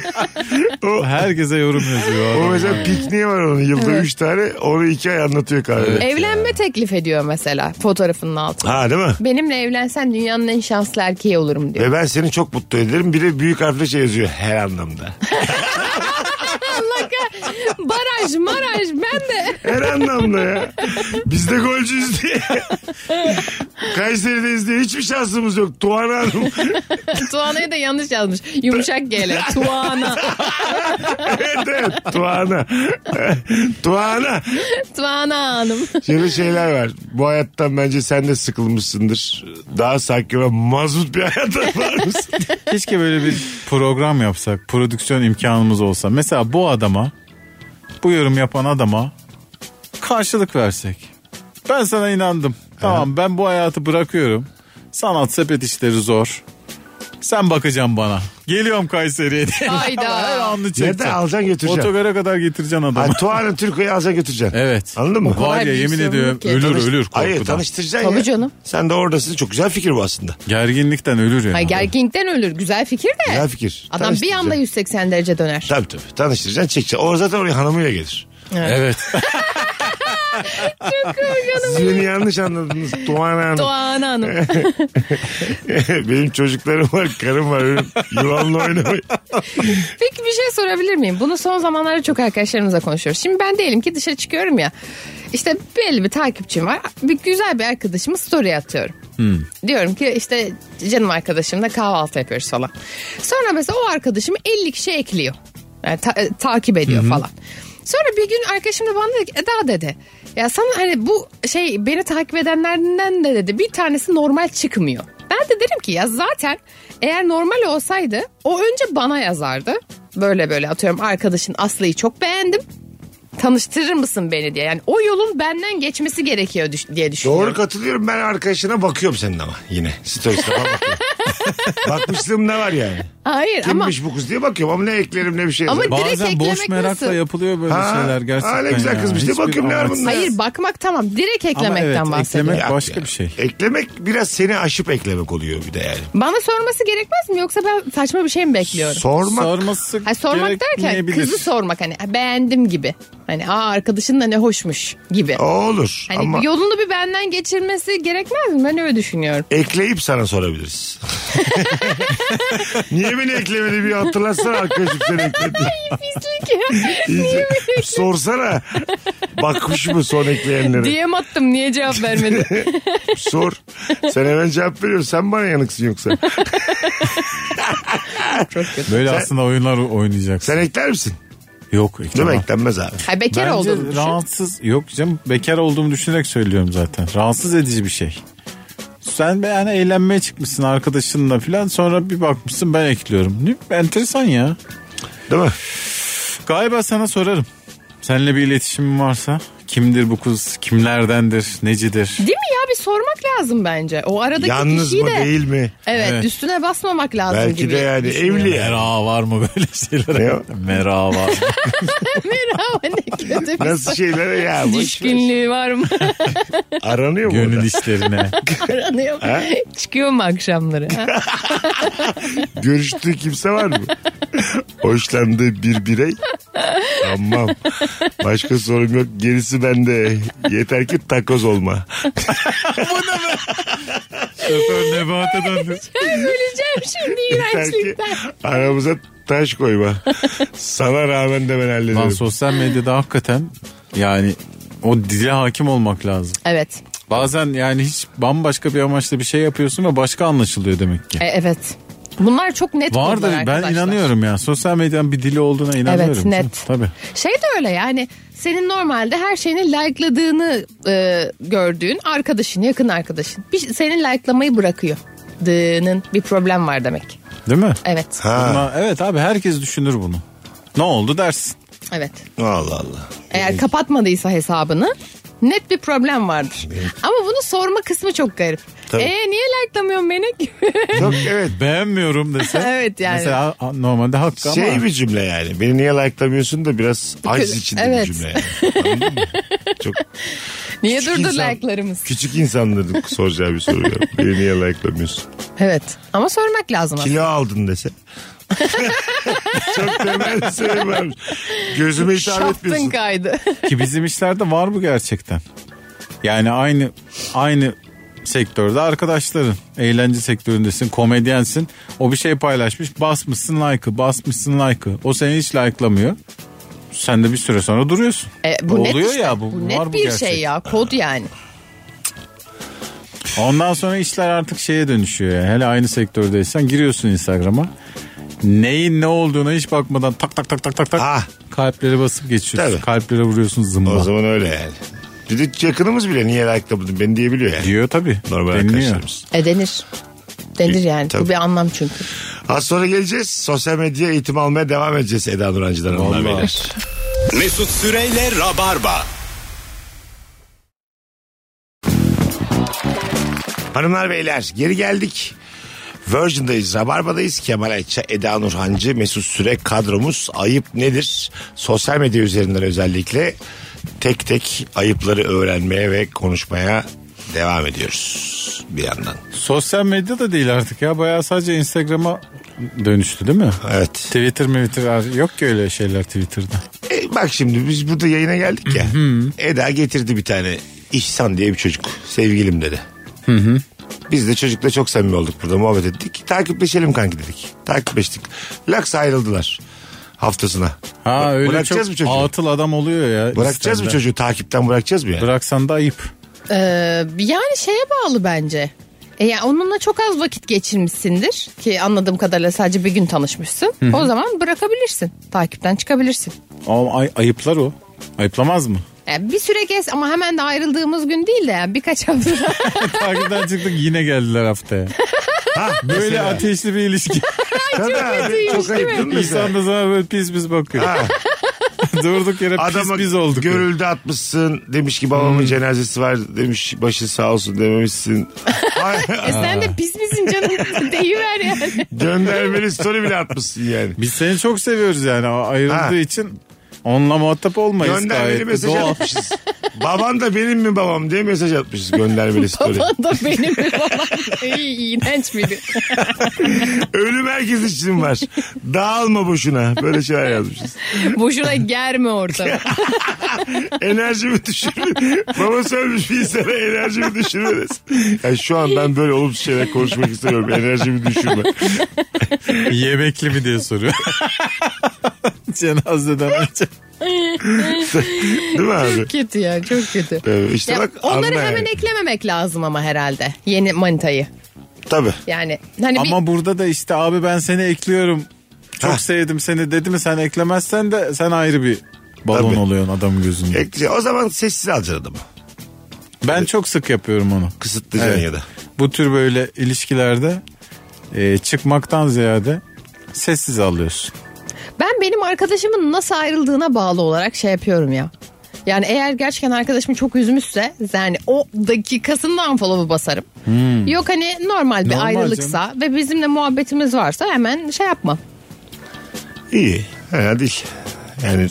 C: o,
E: Herkese yorum yazıyor.
C: o
E: adam
C: mesela
E: ya.
C: pikniği var onun yılda 3 tane. Onu 2 ay anlatıyor kahvede.
D: Evlenme teklif ediyor mesela fotoğrafının altına.
C: Ha değil mi?
D: Benimle evlensen dünyanın en şanslı erkeği olurum
E: [laughs]
D: diyor.
C: Ve ben seni çok mutlu ederim. Bir de büyük harfle şey yazıyor her anlamda.
D: Allah kah- Baraj maraj ben de. [laughs]
C: Her anlamda ya. Biz de golcüyüz diye. Kayseri'deyiz diye hiçbir şansımız yok. Tuana Hanım. [laughs]
D: Tuana'yı da yanlış yazmış. Yumuşak
E: [laughs]
D: gele. Tuana.
C: evet evet. Tuana. Tuana.
D: Tuana Hanım.
C: Şöyle şeyler var. Bu hayattan bence sen de sıkılmışsındır. Daha sakin ve mazut bir hayata var [laughs] mısın?
E: Keşke böyle bir program yapsak. Prodüksiyon imkanımız olsa. Mesela bu adama, bu yorum yapan adama karşılık versek. Ben sana inandım. Tamam ben bu hayatı bırakıyorum. Sanat sepet işleri zor. Sen bakacaksın bana. Geliyorum Kayseri'ye diye.
D: Hayda.
E: Ama [laughs] Her anını
C: Ya da
E: çekeceksin.
C: alacaksın götüreceksin.
E: Otogara kadar getireceksin
C: Ha,
E: adamı.
C: Tuana Türko'yu alacaksın götüreceksin.
E: [laughs] Evet.
C: Anladın mı?
E: Var
D: bir
E: ya
D: şey
E: yemin
D: sorumluluk
E: ediyorum
D: ki.
E: ölür
C: Tanış-
E: ölür korkudan.
C: Hayır tanıştıracaksın
D: Tabii
C: ya.
D: canım.
C: Sen de oradasın. Çok güzel fikir bu aslında.
E: Gerginlikten ölür yani.
D: Hayır gerginkten ölür. Güzel fikir de.
C: Güzel fikir.
D: Adam bir anda 180 derece döner.
C: Tabii tabii. Tanıştıracaksın çekeceksin. O zaten oraya hanımıyla gelir.
E: Evet.
D: [laughs]
C: Siz beni yanlış anladınız. Tuana Hanım.
D: Tuana [laughs] Hanım.
C: [laughs] Benim çocuklarım var, karım var. Benim Yılanla oynamayın.
D: Peki bir şey sorabilir miyim? Bunu son zamanlarda çok arkadaşlarımızla konuşuyoruz. Şimdi ben diyelim ki dışarı çıkıyorum ya. İşte belli bir takipçim var. Bir güzel bir arkadaşımı story atıyorum. Diyorum ki işte canım arkadaşımla kahvaltı yapıyoruz falan. Sonra mesela o arkadaşımı 50 kişi ekliyor. Yani ta- e, takip ediyor falan. Sonra bir gün arkadaşım da bana dedi ki Eda dedi. Ya sana hani bu şey beni takip edenlerden de dedi bir tanesi normal çıkmıyor. Ben de derim ki ya zaten eğer normal olsaydı o önce bana yazardı. Böyle böyle atıyorum arkadaşın Aslı'yı çok beğendim. Tanıştırır mısın beni diye. Yani o yolun benden geçmesi gerekiyor düş- diye düşünüyorum.
C: Doğru katılıyorum. Ben arkadaşına bakıyorum senin ama yine. Stories'e falan
D: [laughs]
C: bakıyorum. Bakmışlığım ne var yani?
D: Hayır ama
C: Kimmiş bu kız diye bakıyorum ama ne eklerim ne bir şey.
D: Ama
C: yazarım.
D: Direkt
E: Bazen boş
D: eklemek
E: merakla
D: nasıl?
E: yapılıyor böyle
C: Ha,
E: şeyler gerçekten.
C: aa ne güzel
E: ya.
C: kızmış. Ne
E: Hiçbir
C: bakıyorum ne var
E: amaçsız.
C: bunda?
D: hayır bakmak tamam direkt eklemekten
E: evet,
D: bahsediyorum.
E: eklemek-
C: Bak
E: başka bir şey.
C: Eklemek biraz seni aşıp eklemek oluyor bir de yani.
D: Bana sorması gerekmez mi yoksa ben saçma bir şey mi bekliyorum?
C: Sormak.
E: Sorması
D: Ha, sormak derken
E: gerekmeyebilir.
D: kızı sormak hani "Ha, beğendim gibi. Hani aa arkadaşın da ne hoşmuş gibi.
C: o olur
D: hani
C: ama
D: yolunu bir benden geçirmesi gerekmez mi? Ben
C: [laughs]
D: öyle düşünüyorum.
C: ekleyip sana sorabiliriz. Niye beni eklemedi bir hatırlatsana arkadaşım seni ekledi.
D: Pislik ya.
C: İyice. Sorsana. Bakmış mı son ekleyenlere?
D: DM attım niye
C: [laughs]
D: cevap vermedi?
C: Sor. Sen hemen cevap veriyorsun. Sen bana yanıksın yoksa.
E: Böyle aslında oyunlar oynayacaksın.
C: Sen ekler misin?
E: Yok
C: Değil
E: eklemem.
C: mi? Eklenmez abi.
D: Ha, bekar
E: Bence
D: olduğunu düşün.
E: rahatsız yok canım bekar olduğumu düşünerek söylüyorum zaten. Rahatsız edici bir şey. Sen be yani eğlenmeye çıkmışsın arkadaşınla filan sonra bir bakmışsın ben ekliyorum. Ne, enteresan ya.
C: Değil mi?
E: Galiba sana sorarım. Seninle bir iletişimin varsa kimdir bu kız kimlerdendir necidir?
D: Değil mi ya bir sormak lazım bence. O aradaki
C: Yalnız
D: kişiyi
C: mı
D: de
C: değil mi?
D: Evet,
E: Evet.
D: üstüne basmamak lazım
C: Belki
D: gibi.
C: de yani
D: düşünüyorum. [laughs]
C: evli yani.
E: Mera var mı böyle
C: Ne
E: şeyler?
C: o?
E: Mera var. mı?
D: Merhaba ne kötü bir
C: Nasıl şeylere ya? boş ver.
D: Düşkünlüğü var mı? [laughs]
C: Aranıyor mu
E: Gönül
C: orada?
E: işlerine.
D: Aranıyor. mu? Çıkıyor mu akşamları? ha?
C: Görüştüğü kimse var mı? Hoşlandığı bir birey. Tamam. Başka sorun yok. Gerisi bende. Yeter ki takoz olma.
E: Şoför nebata döndü.
D: Öleceğim şimdi
C: [laughs] Yeter ki
D: iğrençlikten.
C: aramıza taş
D: [laughs]
C: koyma. Sana rağmen de ben
E: Lan
C: hallederim.
E: sosyal medyada hakikaten yani o dile hakim olmak lazım.
D: Evet.
E: Bazen yani hiç bambaşka bir amaçla bir şey yapıyorsun ve başka anlaşılıyor demek ki.
D: E, evet. Bunlar çok net
E: Vardır
D: konular
E: ben
D: arkadaşlar.
E: inanıyorum ya. Sosyal medyanın bir dili olduğuna inanıyorum.
D: Evet net.
E: Tabii.
D: Şey de öyle yani senin normalde her şeyini like'ladığını e, gördüğün arkadaşın, yakın arkadaşın bir, senin like'lamayı bırakıyor. Dığının bir problem var demek.
E: Değil mi?
D: Evet.
C: Ha,
E: Buna- evet abi herkes düşünür bunu. Ne oldu dersin.
D: Evet.
C: Allah Allah.
D: Eğer kapatmadıysa hesabını net bir problem vardır. Ama bunu sorma kısmı çok garip.
C: Tabii.
D: E niye like'lamıyorsun beni?
C: Çok evet.
E: Beğenmiyorum dese.
D: [laughs] Evet, yani.
E: Mesela a- normalde hakkı
C: Şey
E: ama.
C: bir cümle yani. Beni niye like'lamıyorsun da biraz aciz içinde
D: Evet.
C: bir
D: [laughs]
C: cümle yani. Anladın mı? Çok
D: [laughs] niye
C: Küçük
D: durdu
C: insan.
D: like'larımız?
C: küçük insanların soracağı bir soru.
D: [laughs]
C: ya. Beni niye like'lamıyorsun?
D: Evet. Ama sormak lazım aslında.
C: Kilo aldın
D: [laughs]
C: dese. Çok temel sebep varmış. Gözüme hitap
D: Şaftın
C: etmiyorsun.
D: kaydı.
E: Ki bizim işlerde var bu gerçekten. Yani aynı aynı sektörde arkadaşların. Eğlence sektöründesin, komedyensin. O bir şey paylaşmış. Basmışsın like'ı, basmışsın like'ı. O seni hiç like'lamıyor. Sen de bir süre sonra duruyorsun.
D: E, bu net
E: Oluyor
D: işte.
E: ya bu.
D: net
E: var bu
D: bir
E: gerçek.
D: şey ya kod yani.
E: Ondan sonra işler artık şeye dönüşüyor. Yani. Hele aynı sektördeysen giriyorsun Instagram'a. Neyin ne olduğuna hiç bakmadan tak tak tak tak tak tak.
C: Ah.
E: Kalplere basıp geçiyorsun.
C: Tabii.
E: Kalplere vuruyorsun zımba.
C: O zaman öyle yani. Bir de yakınımız bile niye like'lamadın beni diyebiliyor yani.
E: Diyor tabii.
C: Normal
E: Deniliyor.
C: arkadaşlarımız.
D: E denir. Denir
E: E,
D: yani.
C: Tabii.
D: Bu bir anlam çünkü.
C: Az sonra geleceğiz. Sosyal medya eğitim almaya devam edeceğiz Eda Nurancı'dan hanımlar
E: Vallahi.
C: beyler.
B: Mesut Süreyle Rabarba.
C: Hanımlar beyler geri geldik. Virgin'dayız, Rabarba'dayız. Kemal Ayça, Eda Nurhancı, Mesut Süre kadromuz. Ayıp nedir? Sosyal medya üzerinden özellikle tek tek ayıpları öğrenmeye ve konuşmaya devam ediyoruz bir yandan.
E: Sosyal medya da değil artık ya. Bayağı sadece Instagram'a dönüştü değil mi?
C: Evet.
E: Twitter mi Twitter yok ki öyle şeyler Twitter'da.
C: E, bak şimdi biz burada yayına geldik ya. Eda getirdi bir tane İhsan diye bir çocuk. Sevgilim dedi. Biz de çocukla çok samimi olduk burada muhabbet ettik. Takipleşelim kanki dedik. Takipleştik. Laks ayrıldılar haftasına.
E: Ha
C: Bı-
E: öyle
C: bırakacağız
E: çok
C: mı çocuğu?
E: atıl adam oluyor ya.
C: Bırakacağız mı
E: İstanbul'da.
C: çocuğu takipten bırakacağız mı yani?
E: Bıraksan da ayıp.
D: Ee, yani şeye bağlı bence. E yani onunla çok az vakit geçirmişsindir ki anladığım kadarıyla sadece bir gün tanışmışsın. O zaman bırakabilirsin. Takipten çıkabilirsin.
E: Ama ay- ayıplar o.
C: [laughs]
E: Ayıplamaz mı?
D: Yani bir süre kes ama hemen de ayrıldığımız gün değil de yani birkaç
E: [laughs]
D: hafta.
E: Takipten çıktık yine geldiler haftaya.
C: Ha,
E: Böyle ateşli bir
C: [laughs]
E: ilişki.
C: Tabii abi, çok ayıp değil mi?
E: İnsan da sana böyle pis pis bakıyor.
C: Ha.
E: [laughs] Durduk yere
C: Adama
E: pis pis olduk.
C: görüldü atmışsın demiş ki babamın cenazesi var demiş başı sağ olsun [laughs] dememişsin. Ay,
D: E sen de pis misin
E: [laughs]
D: canım deyiver yani.
C: Göndermeli story bile atmışsın yani.
E: Biz seni çok seviyoruz yani A- ayrıldığı
C: Ha.
E: için. Onunla muhatap olmayız
C: Göndermeli
E: gayet.
C: mesaj
E: Doğal.
C: atmışız. [laughs] Baban da benim mi babam diye mesaj atmışız göndermeli story.
D: Baban da benim [laughs] falan. İyi, iğrenç miydi?
C: Ölüm herkes için var. Dağılma boşuna. Böyle şeyler yazmışız.
D: Boşuna germe ortamı.
C: Enerjimi düşürme. Babası ölmüş bir insana enerjimi düşürme desin. Yani şu an ben böyle olumsuz şeyler konuşmak istemiyorum. Enerjimi düşürme.
E: Yemekli mi diye soruyor. [laughs] Cenazeden önce.
D: Hani
C: Değil mi abi?
D: kötü ya çok kötü.
C: Ee, işte
D: Ya
C: bak
D: onları
C: anla
D: hemen
C: yani.
D: eklememek lazım ama herhalde. Yeni manitayı.
C: Tabii.
D: Yani hani bir
E: Ama burada da işte abi ben seni ekliyorum. Çok
C: Ha.
E: sevdim seni dedi mi sen eklemezsen de sen ayrı bir balon
C: Tabii.
E: oluyorsun adamın gözünde.
C: Ekleyeceksin. O zaman sessiz alacaksın adamı.
E: ben çok sık yapıyorum onu.
C: Kısıtlayacaksın
E: Evet.
C: ya da.
E: Bu tür böyle ilişkilerde e, çıkmaktan ziyade sessiz alıyorsun.
D: ben benim arkadaşımın nasıl ayrıldığına bağlı olarak şey yapıyorum ya. Yani eğer gerçekten arkadaşım çok üzmüşse yani o dakikasında unfollow'u basarım. Yok hani normal bir
E: Hmm. Normal
D: ayrılıksa ve bizimle muhabbetimiz varsa hemen şey yapma.
C: İyi. Fena değil. Yani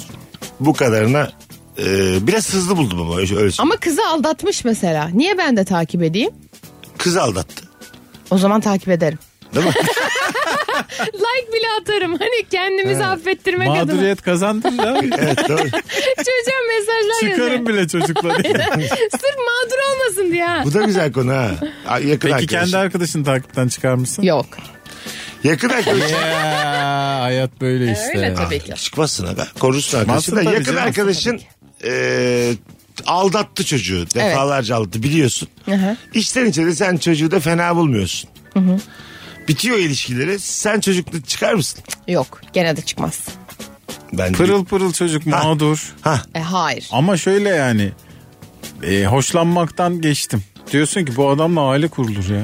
C: bu kadarına e, biraz hızlı buldum ama öyle, öyle
D: Ama kızı aldatmış mesela. Niye ben de takip edeyim?
C: Kız aldattı.
D: O zaman takip ederim.
C: Değil mi?
D: [laughs] Like bile atarım. Hani kendimizi affettirmek adına.
E: Mağduriyet kazandın ya.
C: [laughs] evet doğru.
D: [laughs] Çocuğa mesajlar
E: Çıkarım
D: yazıyorum. [laughs]
E: bile çocukla diye.
D: Sırf mağdur olmasın diye. ha.
C: Bu da güzel konu ha. A- Yakın
E: Peki
C: arkadaş.
E: kendi arkadaşını takipten çıkarmışsın.
D: Yok.
E: [laughs]
C: Yakın arkadaş.
E: Ya, hayat böyle işte.
D: Öyle tabii ki.
C: Çıkmazsın aga. Korursun arkadaşını da.
E: Çıkmazsın tabii
C: Yakın
E: canım.
C: arkadaşın e, aldattı çocuğu. Defalarca aldattı biliyorsun.
D: Aha.
C: İçten içe de sen çocuğu da fena bulmuyorsun. Bitiyor ilişkileri. Sen çocukla çıkar mısın?
D: Yok. Gene de çıkmaz.
C: Ben
E: Pırıl pırıl çocuk mağdur.
C: Ha.
D: E, hayır.
E: Ama şöyle yani e, hoşlanmaktan geçtim. Diyorsun ki bu adamla aile kurulur ya.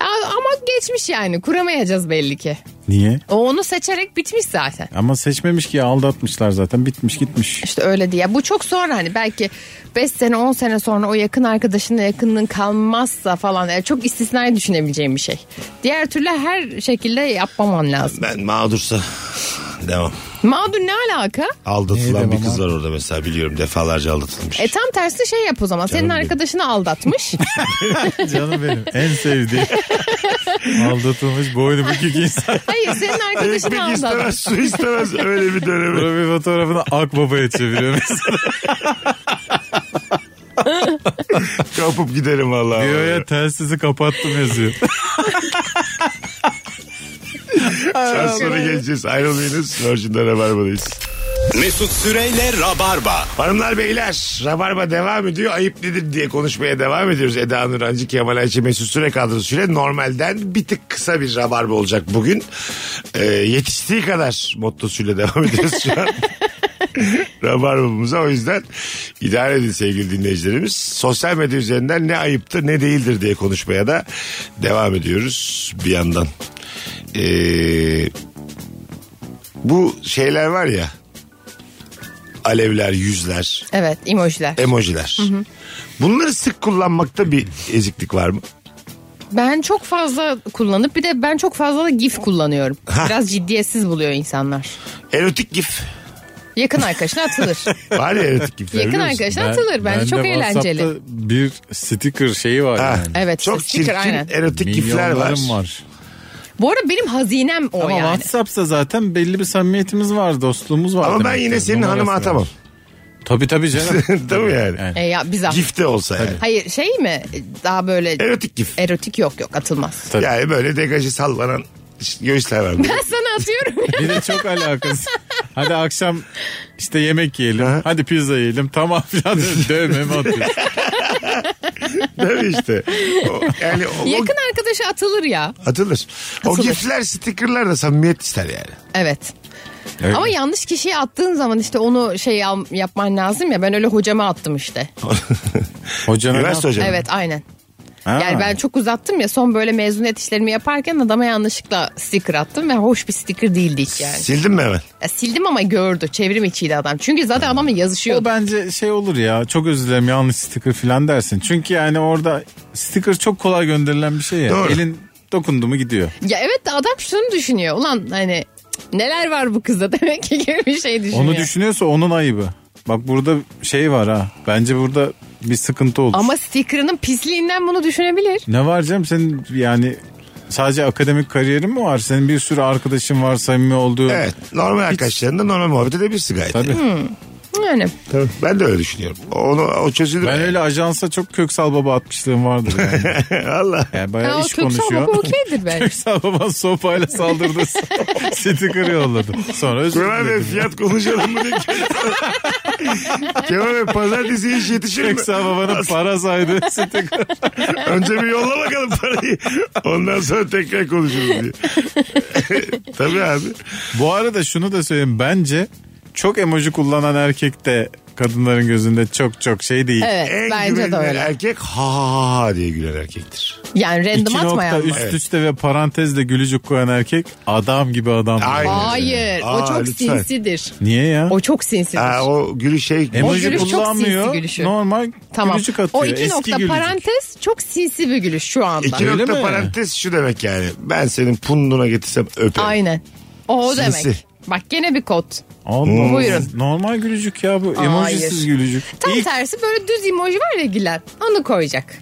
D: Ya, ama geçmiş yani. Kuramayacağız belli ki.
E: Niye?
D: O onu seçerek bitmiş zaten.
E: Ama seçmemiş ki ya aldatmışlar zaten bitmiş gitmiş.
D: İşte öyle diye. Bu çok sonra hani belki 5 sene 10 sene sonra o yakın arkadaşınla yakınlığın kalmazsa falan yani çok istisnai düşünebileceğim bir şey. Diğer türlü her şekilde yapmaman lazım.
C: Ben mağdursa devam.
D: Mağdur ne alaka?
C: Aldatılan
E: Neydi
C: bir kız
E: ama?
C: var orada mesela biliyorum defalarca aldatılmış.
D: E tam tersi şey yap o zaman. Senin
C: benim.
D: arkadaşını aldatmış.
E: [laughs]
C: [laughs]
E: Canım benim en [laughs] sevdiğim. Aldatılmış boynu bükük insan.
D: Hayır senin arkadaşını
C: Ekmek
D: aldatmış.
C: istemez, su istemez öyle bir dönemi.
E: Sonra bir fotoğrafını akbabaya çeviriyor mesela.
C: Kapıp giderim vallahi.
E: Diyor ya telsizi kapattım yazıyor.
C: Az sonra geleceğiz. Ayrılmayınız. Virgin'de Rabarba'dayız.
B: Mesut Süreyle Rabarba.
C: Hanımlar beyler Rabarba devam ediyor. Ayıp nedir diye konuşmaya devam ediyoruz. Eda Nurancı, Kemal Ayçi, Mesut Süre kadrosuyla normalden bir tık kısa bir Rabarba olacak bugün. Ee, yetiştiği kadar mottosuyla devam ediyoruz şu an. Rabarbamıza o yüzden idare edin sevgili dinleyicilerimiz. Sosyal medya üzerinden ne ayıptır ne değildir diye konuşmaya da devam ediyoruz bir yandan. Ee, bu şeyler var ya alevler, yüzler,
D: Evet emojiler.
C: emojiler. Bunları sık kullanmakta bir eziklik var mı?
D: Ben çok fazla kullanıp bir de ben çok fazla da gif kullanıyorum. Biraz ciddiyetsiz buluyor insanlar.
C: Erotik gif.
D: Yakın arkadaşına atılır.
C: Var ya erotik gifler
D: Yakın
C: biliyor musun?
D: arkadaşına atılır bence çok eğlenceli.
E: WhatsApp'ta bir sticker şeyi var
C: Ha.
E: yani.
D: Evet,
C: Çok
D: sticker,
C: çirkin
D: aynen.
C: erotik gifler var.
E: Milyonlarım var.
D: Bu arada benim hazinem o
E: Ama
D: yani.
E: WhatsApp'ta zaten belli bir samimiyetimiz var, dostluğumuz var.
C: Ama ben
E: demek
C: yine
E: ki.
C: senin hanıma
E: Numarası
C: atamam.
E: var. Tabii tabii canım.
C: [laughs] Değil mi yani?
E: Evet.
D: E ya bize.
C: Gif de olsa yani.
D: Hayır şey mi? Daha böyle
C: Erotik gif.
D: erotik yok yok
C: [laughs]
D: atılmaz.
E: Tabii.
C: Yani böyle degajı sallanan işte göğüsler var.
D: Ben sana atıyorum.
E: Bir de
D: [laughs]
E: çok alakası. Hadi akşam işte yemek yiyelim.
C: Ha.
E: Hadi pizza yiyelim. Tamam
C: [laughs]
E: filan diyor. dövmemi atıyor.
C: Değil mi işte? O, yani o, o-
D: Yakın arkadaşa atılır ya.
C: atılır. O
D: Atılır.
C: gifler, stickerlar da samimiyet ister yani.
D: Evet. Ama yanlış kişiye attığın zaman işte onu şey al- yapman lazım ya. Ben öyle hocama attım işte.
E: Hocana ne
C: Üniversite
E: yap-
C: hocam.
D: Evet aynen.
E: Ha.
D: Yani ben çok uzattım ya son böyle mezuniyet işlerimi yaparken adama yanlışlıkla sticker attım ve hoş bir sticker değildi hiç yani.
C: Sildin mi hemen?
D: Ya sildim ama gördü çevrim içiydi adam. Çünkü zaten adamla yazışıyordu.
E: Hmm. O bence şey olur ya çok özür dilerim yanlış sticker filan dersin. Çünkü yani orada sticker çok kolay gönderilen bir şey ya.
C: Doğru.
E: Elin dokundu mu gidiyor.
D: Ya evet de adam şunu düşünüyor. Ulan hani cık, neler var bu kızda [laughs] demek ki gibi bir şey düşünüyor.
E: Onu düşünüyorsa onun ayıbı. Bak burada şey var ha. Bence burada bir sıkıntı olur.
D: Ama sticker'ının pisliğinden bunu düşünebilir.
E: Ne var canım senin yani sadece akademik kariyerin mi var? Senin bir sürü arkadaşın var samimi olduğu.
C: Evet. Normal arkadaşlarında normal muhabbet edebilirsin gayet.
E: Tabii. E,
D: Yani
C: Tabii. Ben de öyle düşünüyorum. Onu, o çözülür.
E: Ben öyle ajansa çok köksal baba atmışlığım vardır
C: [laughs]
E: yani.
C: Allah.
E: yani bayağı
D: Ha, o
E: iş
D: köksal
E: konuşuyor.
D: baba
E: [laughs]
D: okeydir belki.
E: köksal baba sopayla saldırdı.
D: [laughs]
E: Sticker yolladı. Sonra özür
C: Kemal Bey
E: diledim.
C: fiyat konuşalım mı diye. Kemal Bey pazartesi iş yetişir mi?
E: Köksal babanın para saydı. Sticker.
C: Önce bir yolla bakalım parayı. Ondan sonra tekrar konuşuruz diye. Tabii abi.
E: Bu arada şunu da söyleyeyim. Bence çok emoji kullanan erkek de kadınların gözünde çok çok şey değil.
D: evet
C: En
D: bence de
C: güvenilir
D: öyle.
C: erkek ha ha ha diye gülen erkektir.
D: Yani random
E: İki
D: atma
E: nokta
D: yani.
E: üst üste ve parantezle gülücük koyan erkek adam gibi adam.
C: Aynen.
D: Hayır
C: Aa,
D: o çok
C: lütfen.
D: sinsidir.
E: Niye ya?
D: O çok sinsidir.
C: Ha, o gülü şey
D: O
E: Emoji
D: gülüş çok
E: kullanmıyor.
D: sinsi gülüşü.
E: Normal
D: tamam.
E: gülücük atıyor.
D: O iki
E: Eski
D: nokta
E: gülücük.
D: parantez çok sinsi bir gülüş şu anda.
C: İki
E: Öyle
C: nokta
E: mi?
C: parantez şu demek yani. Ben senin punduna getirsem öperim.
D: Aynen. O, o
C: Sinsi.
D: demek. Bak gene bir kod.
E: Allah
D: Hmm.
E: Allah.
D: Buyurun.
E: Normal gülücük ya bu.
D: Hayır.
E: Emojisiz gülücük.
D: Tam
E: İlk
D: tersi böyle düz emoji var ya gülen. Onu koyacak.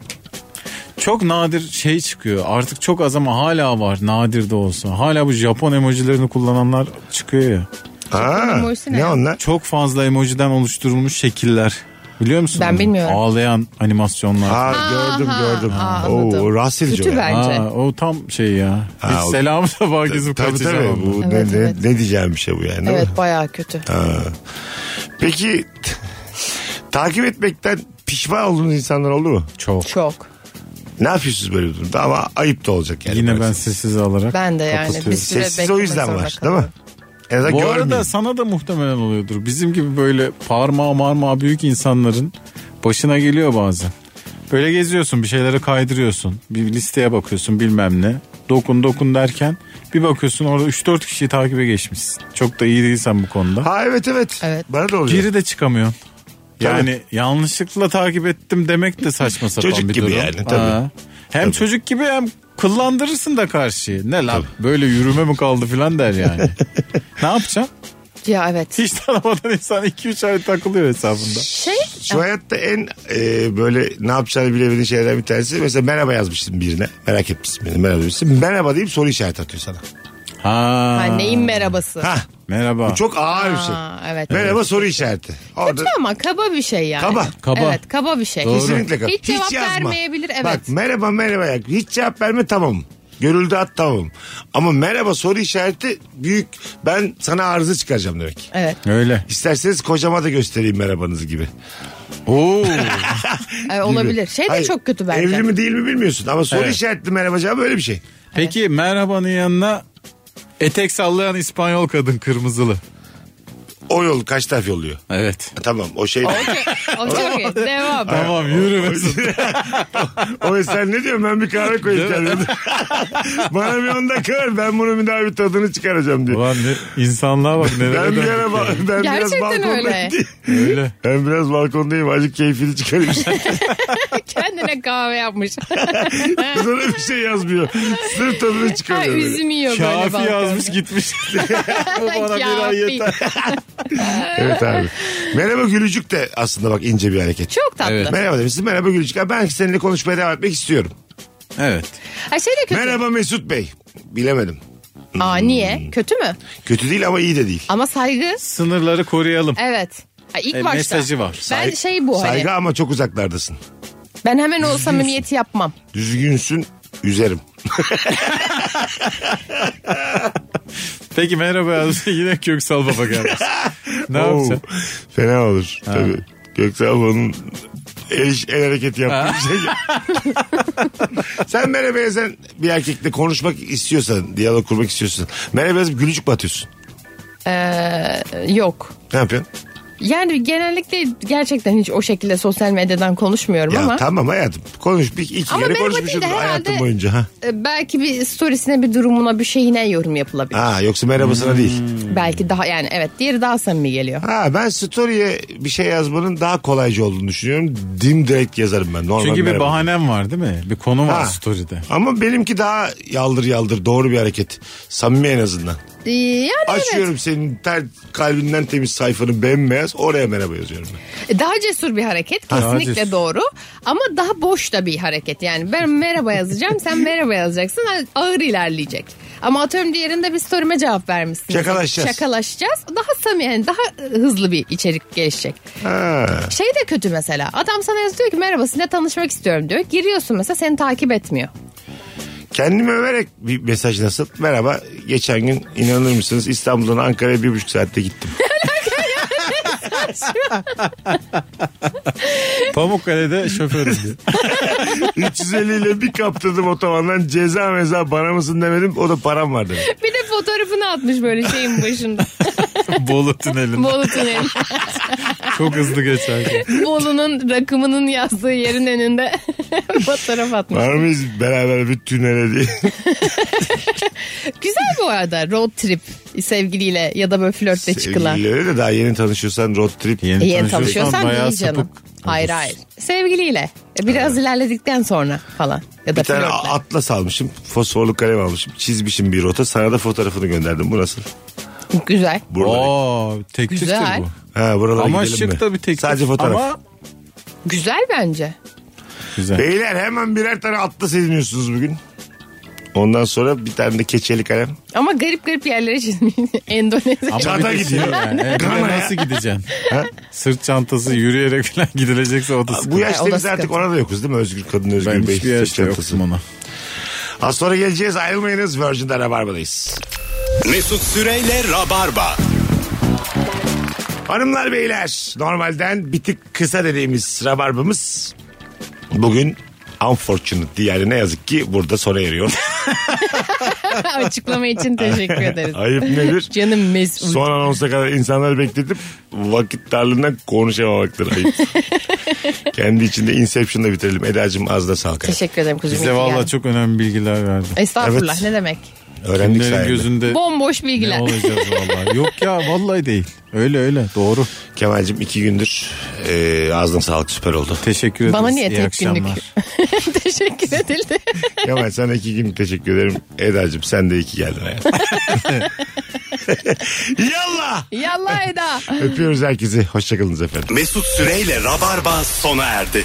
E: çok nadir şey çıkıyor. Artık çok az ama hala var. Nadir de olsa. Hala bu Japon emojilerini kullananlar çıkıyor ya.
C: Ha,
D: emojisi ne
C: ne
D: ya?
C: onlar?
E: Çok fazla emojiden oluşturulmuş şekiller. Biliyor musun?
D: Ben
E: onu?
D: bilmiyorum.
E: Ağlayan animasyonlar.
C: Ha,
D: Ha,
C: gördüm
D: ha,
C: gördüm.
D: ha,
C: Oo,
D: anladım.
C: rahatsız edici o
D: Kötü
C: ya.
D: bence.
E: Ha, o tam şey ya.
C: Ha,
E: Hiç
C: o-
E: selam sabah gezip
C: Tabii
E: kaçacağım.
C: tabii. Bu
D: Evet,
C: ne, ne-
D: evet.
C: ne diyeceğim bir şey bu yani. değil
D: Evet
C: mi?
D: bayağı kötü.
C: Ha. Ee, Peki [laughs] takip etmekten pişman olduğunuz insanlar oldu mu?
E: Çok.
D: Çok.
C: Ne yapıyorsunuz böyle bir durumda ama ayıp da olacak yani.
E: Yine
C: Böyle.
E: ben sessiz alarak
D: Ben de yani
E: kapatıyorum.
D: bir süre
C: Sessiz o yüzden
D: beklemek
C: var
D: zorunda
C: değil mi?
D: kalıyorum.
C: En azından
E: Bu
C: görmeyeyim.
E: arada sana da muhtemelen oluyordur. Bizim gibi böyle parmağı marmağı büyük insanların başına geliyor bazen. Böyle geziyorsun bir şeylere kaydırıyorsun. Bir listeye bakıyorsun bilmem ne. Dokun dokun derken bir bakıyorsun orada 3-4 kişiyi takibe geçmişsin. Çok da iyi değilsen bu konuda.
C: Ha evet evet.
D: Evet.
C: Bana da oluyor.
E: Biri de çıkamıyor.
C: Tabii.
E: Yani yanlışlıkla takip ettim demek de saçma sapan
C: Çocuk
E: bir
C: gibi
E: durum.
C: yani, tabii.
E: Ha. Hem çocuk gibi hem kullandırırsın da karşıyı. Ne lan böyle yürüme mi kaldı filan
C: [laughs]
E: der yani. ne yapacağım?
D: Ya evet.
E: Hiç tanımadan insan 2-3 ay takılıyor hesabında.
D: Şey
C: Şu hayatta en e, böyle ne yapacağını bilemediğin şeylerden bir tanesi. Mesela merhaba yazmışsın birine. Merak etmişsin beni. Merhaba demişsin. Merhaba deyip soru işareti atıyor sana.
E: Ha.
D: ha, neyin merhabası?
C: Ha
E: Merhaba.
C: bu çok ağır bir şey.
D: Aa, evet.
C: Merhaba soru işareti. Orada
D: Kötü ama kaba bir şey yani.
C: Kaba.
E: Kaba.
D: Evet kaba bir şey.
E: Doğru.
C: kesinlikle kal.
D: Hiç cevap vermeyebilir, evet.
C: Bak merhaba merhaba ya. Hiç cevap verme tamam. Görüldü at tamam. Ama merhaba soru işareti büyük. Ben sana arıza çıkaracağım demek.
D: Evet.
E: Öyle.
C: İsterseniz kocama da göstereyim merhabanızı gibi.
E: Oo.
D: Ay, olabilir. Şey de
C: Hayır,
D: çok kötü bence.
C: Evli mi değil mi bilmiyorsun ama soru
E: Evet.
C: işaretli merhaba cevabı öyle bir şey.
E: [laughs] Peki merhabanın yanına etek sallayan İspanyol kadın kırmızılı.
C: O yol kaç taraf yolluyor?
E: Evet.
C: Ha, Tamam o şey.
D: Okey. O
C: [laughs]
D: çok iyi. Devam.
E: Tamam yürü Mesut.
C: o sen ne diyorsun ben bir kahve koyayım
E: Değil mi? [laughs]
C: kendime. Bana bir 10 dakika ver ben bunun bir daha bir tadını çıkaracağım diyor.
E: Ulan ne insanlığa bak nereye
C: Ben bir
E: döndük
C: ara
E: ya.
C: ba- ben biraz
D: Gerçekten
C: balkondayım.
D: öyle.
C: diye.
E: Öyle.
C: Ben biraz balkondayım azıcık keyfini çıkarayım.
D: [laughs] Kendine
C: [laughs]
D: kahve yapmış.
C: Sonra bir şey yazmıyor. Sırf tadını
D: ha,
C: çıkarıyor. böyle.
D: üzüm yiyor böyle.
E: Kafi
D: balkonda. [laughs]
E: yazmış gitmiş.
C: [laughs]
E: Bu bana bir ay
D: Kafi.
E: yeter.
C: Evet abi. Merhaba gülücük de aslında bak ince bir hareket.
D: Çok tatlı.
E: Evet.
C: Merhaba demişsin. Merhaba Gülücük. abi. Ben seninle konuşmaya devam etmek istiyorum.
E: Evet.
D: Ha, şey de kötü.
C: Merhaba Mesut Bey. Bilemedim.
D: Aa niye? Kötü mü?
C: Kötü değil ama iyi de değil.
D: Ama saygı.
E: Sınırları koruyalım.
D: Evet. Ha, ilk
E: E,
D: başta.
E: mesajı var.
D: Ben
C: Say-
D: şey bu hani.
C: Saygı ama çok uzaklardasın.
D: Ben hemen o samimiyeti yapmam.
C: Düzgünsün, üzerim.
E: Peki merhaba yazmış. [laughs] Yine Köksal
C: [laughs]
E: Baba gelmiş. ne
C: Oo,
E: yapacağım?
C: Fena olur. Tabii. Göksel Baba'nın el, iş- el hareketi yaptığı bir şey.
E: [laughs]
C: Sen merhaba yazan bir erkekle konuşmak istiyorsan, diyalog kurmak istiyorsan. Merhaba yazıp gülücük mü atıyorsun?
D: Ee, Yok.
C: Ne yapıyorsun?
D: Yani genellikle gerçekten hiç o şekilde sosyal medyadan konuşmuyorum
C: Ya
D: ama.
C: tamam hayatım. Konuş. Bir, iki
D: Ama
C: kere
D: merhaba
C: konuşmuşsundur
D: değil de
C: hayatım
D: herhalde-
C: boyunca. Ha.
D: Ee, Belki bir storiesine bir durumuna bir şeyine yorum yapılabilir.
C: Ha, yoksa merhabasına değil.
E: Hmm.
D: Belki daha yani evet diğeri daha samimi geliyor.
C: Ha ben story'e bir şey yazmanın daha kolayca olduğunu düşünüyorum. Dim direkt yazarım ben. Normal
E: Çünkü bir
C: merhaba.
E: bahanem var değil mi? Bir konu var
C: Ha.
E: story'de.
C: Ama benimki daha yaldır yaldır doğru bir hareket. Samimi en azından.
D: Ee, Yani
C: Açıyorum senin ter, kalbinden temiz sayfanı bembeyaz oraya merhaba yazıyorum ben.
D: evet. Daha cesur bir hareket kesinlikle
E: cesur.
D: doğru. Ama daha boş da bir hareket. Yani ben merhaba yazacağım sen merhaba yazacaksın Hani ağır ilerleyecek. Ama atıyorum diğerinde bir storyme cevap vermişsin.
C: Şakalaşacağız.
D: Şakalaşacağız. Daha samimi yani daha e, hızlı bir içerik gelişecek.
C: Ha.
D: Şey de kötü mesela. Adam sana yazıyor ki merhaba sizinle tanışmak istiyorum diyor. Giriyorsun mesela seni takip etmiyor. [laughs]
C: Kendimi överek bir mesaj nasıl? Merhaba geçen gün inanır mısınız İstanbul'dan Ankara'ya bir buçuk saatte
E: [laughs]
C: gittim.
E: Pamukkale'de şoförüm
C: [laughs]
E: diyor.
C: 350 ile bir kaptırdım otobandan ceza meza bana mısın demedim o da param var dedi.
E: [laughs]
D: Bir de fotoğrafını atmış böyle şeyin başında.
E: Bolu tünelinde.
D: Bolu tüneli.
E: Çok hızlı geçerken.
D: Bolu'nun rakımının yazdığı yerin önünde [laughs] fotoğraf atmış.
C: Var mıyız beraber bir tünele diye.
E: [laughs]
D: Güzel bu arada road trip sevgiliyle ya da böyle flörtle çıkılan.
C: Sevgilileri de daha yeni tanışıyorsan road trip.
D: E, Yeni tanışıyorsan
E: bayağı
D: değil canım.
E: sapık
D: Hayır
E: olursun.
D: hayır. Sevgiliyle. E, Biraz ilerledikten sonra falan. Ya da
C: Bir tane
D: flörtle.
C: atlas almışım. Fosforlu kalem almışım. Çizmişim bir rota. Sana da fotoğrafını gönderdim. Bu nasıl?
D: Güzel.
C: Buralara.
E: Oo, tekliftir
D: Güzel.
E: bu.
C: Ha, buralara
E: Ama
C: gidelim mi?
E: şık da bir teklif.
C: Sadece fotoğraf.
E: Ama
D: Güzel bence.
C: [laughs]
E: güzel.
C: Beyler hemen birer tane atlas ediniyorsunuz bugün. Ondan sonra bir tane de keçeli kalem.
D: Ama garip garip yerlere çizmiş. [laughs] Endonezya.
E: Ama
C: Çanta
E: bir de şey
C: gidiyor.
E: yani, e, bir de
C: Gana ya.
E: nasıl gideceksin? Sırt çantası yürüyerek falan gidilecekse o da sıkıntı.
C: Bu
D: o
C: yaşta
D: da
C: biz artık
D: sıkıntı.
C: ona da yokuz değil mi? Özgür kadın, özgür
E: Ben
C: bey.
E: hiçbir yaşta
C: çantası.
E: yokum ona.
C: Az sonra geleceğiz ayrılmayınız. Virgin'de Rabarba'dayız.
B: Mesut Süreyle Rabarba.
C: Hanımlar beyler normalden bir tık kısa dediğimiz rabarbamız bugün unfortunate yani ne yazık ki burada sona eriyor.
D: Açıklama için teşekkür ederiz.
C: Ayıp
E: [laughs]
C: nedir?
D: Canım Mesut.
C: Son anonsa kadar insanları bekletip vakit darlığından konuşamamaktır ayıp. Kendi içinde Inception'da bitirelim. Eda'cığım az da sağlık.
D: Teşekkür ederim kuzum. iyi
E: Bize
D: ki
E: valla
D: geldin.
E: çok önemli bilgiler verdi.
D: Estağfurullah
C: Evet.
D: ne demek.
C: Öğrendik
E: Kimlerin
C: sayende.
E: gözünde
D: Bomboş
E: E- ne
D: bilgiler.
E: olacağız valla. Yok ya vallahi değil. Öyle öyle doğru.
C: Kemal'cim iki gündür e, ağzına sağlık süper oldu.
E: Teşekkür ederiz.
D: Bana niye
E: İyi
D: tek günlük?
E: akşamlar.
D: [laughs] Teşekkür edildi.
C: Kemal sana iki gün teşekkür ederim. Eda'cığım sen de iki geldin [laughs] hayatım. Yallah.
D: Yallah Eda.
C: Öpüyoruz herkesi. Hoşçakalınız efendim.
B: Mesut Süreyle Rabarba sona erdi.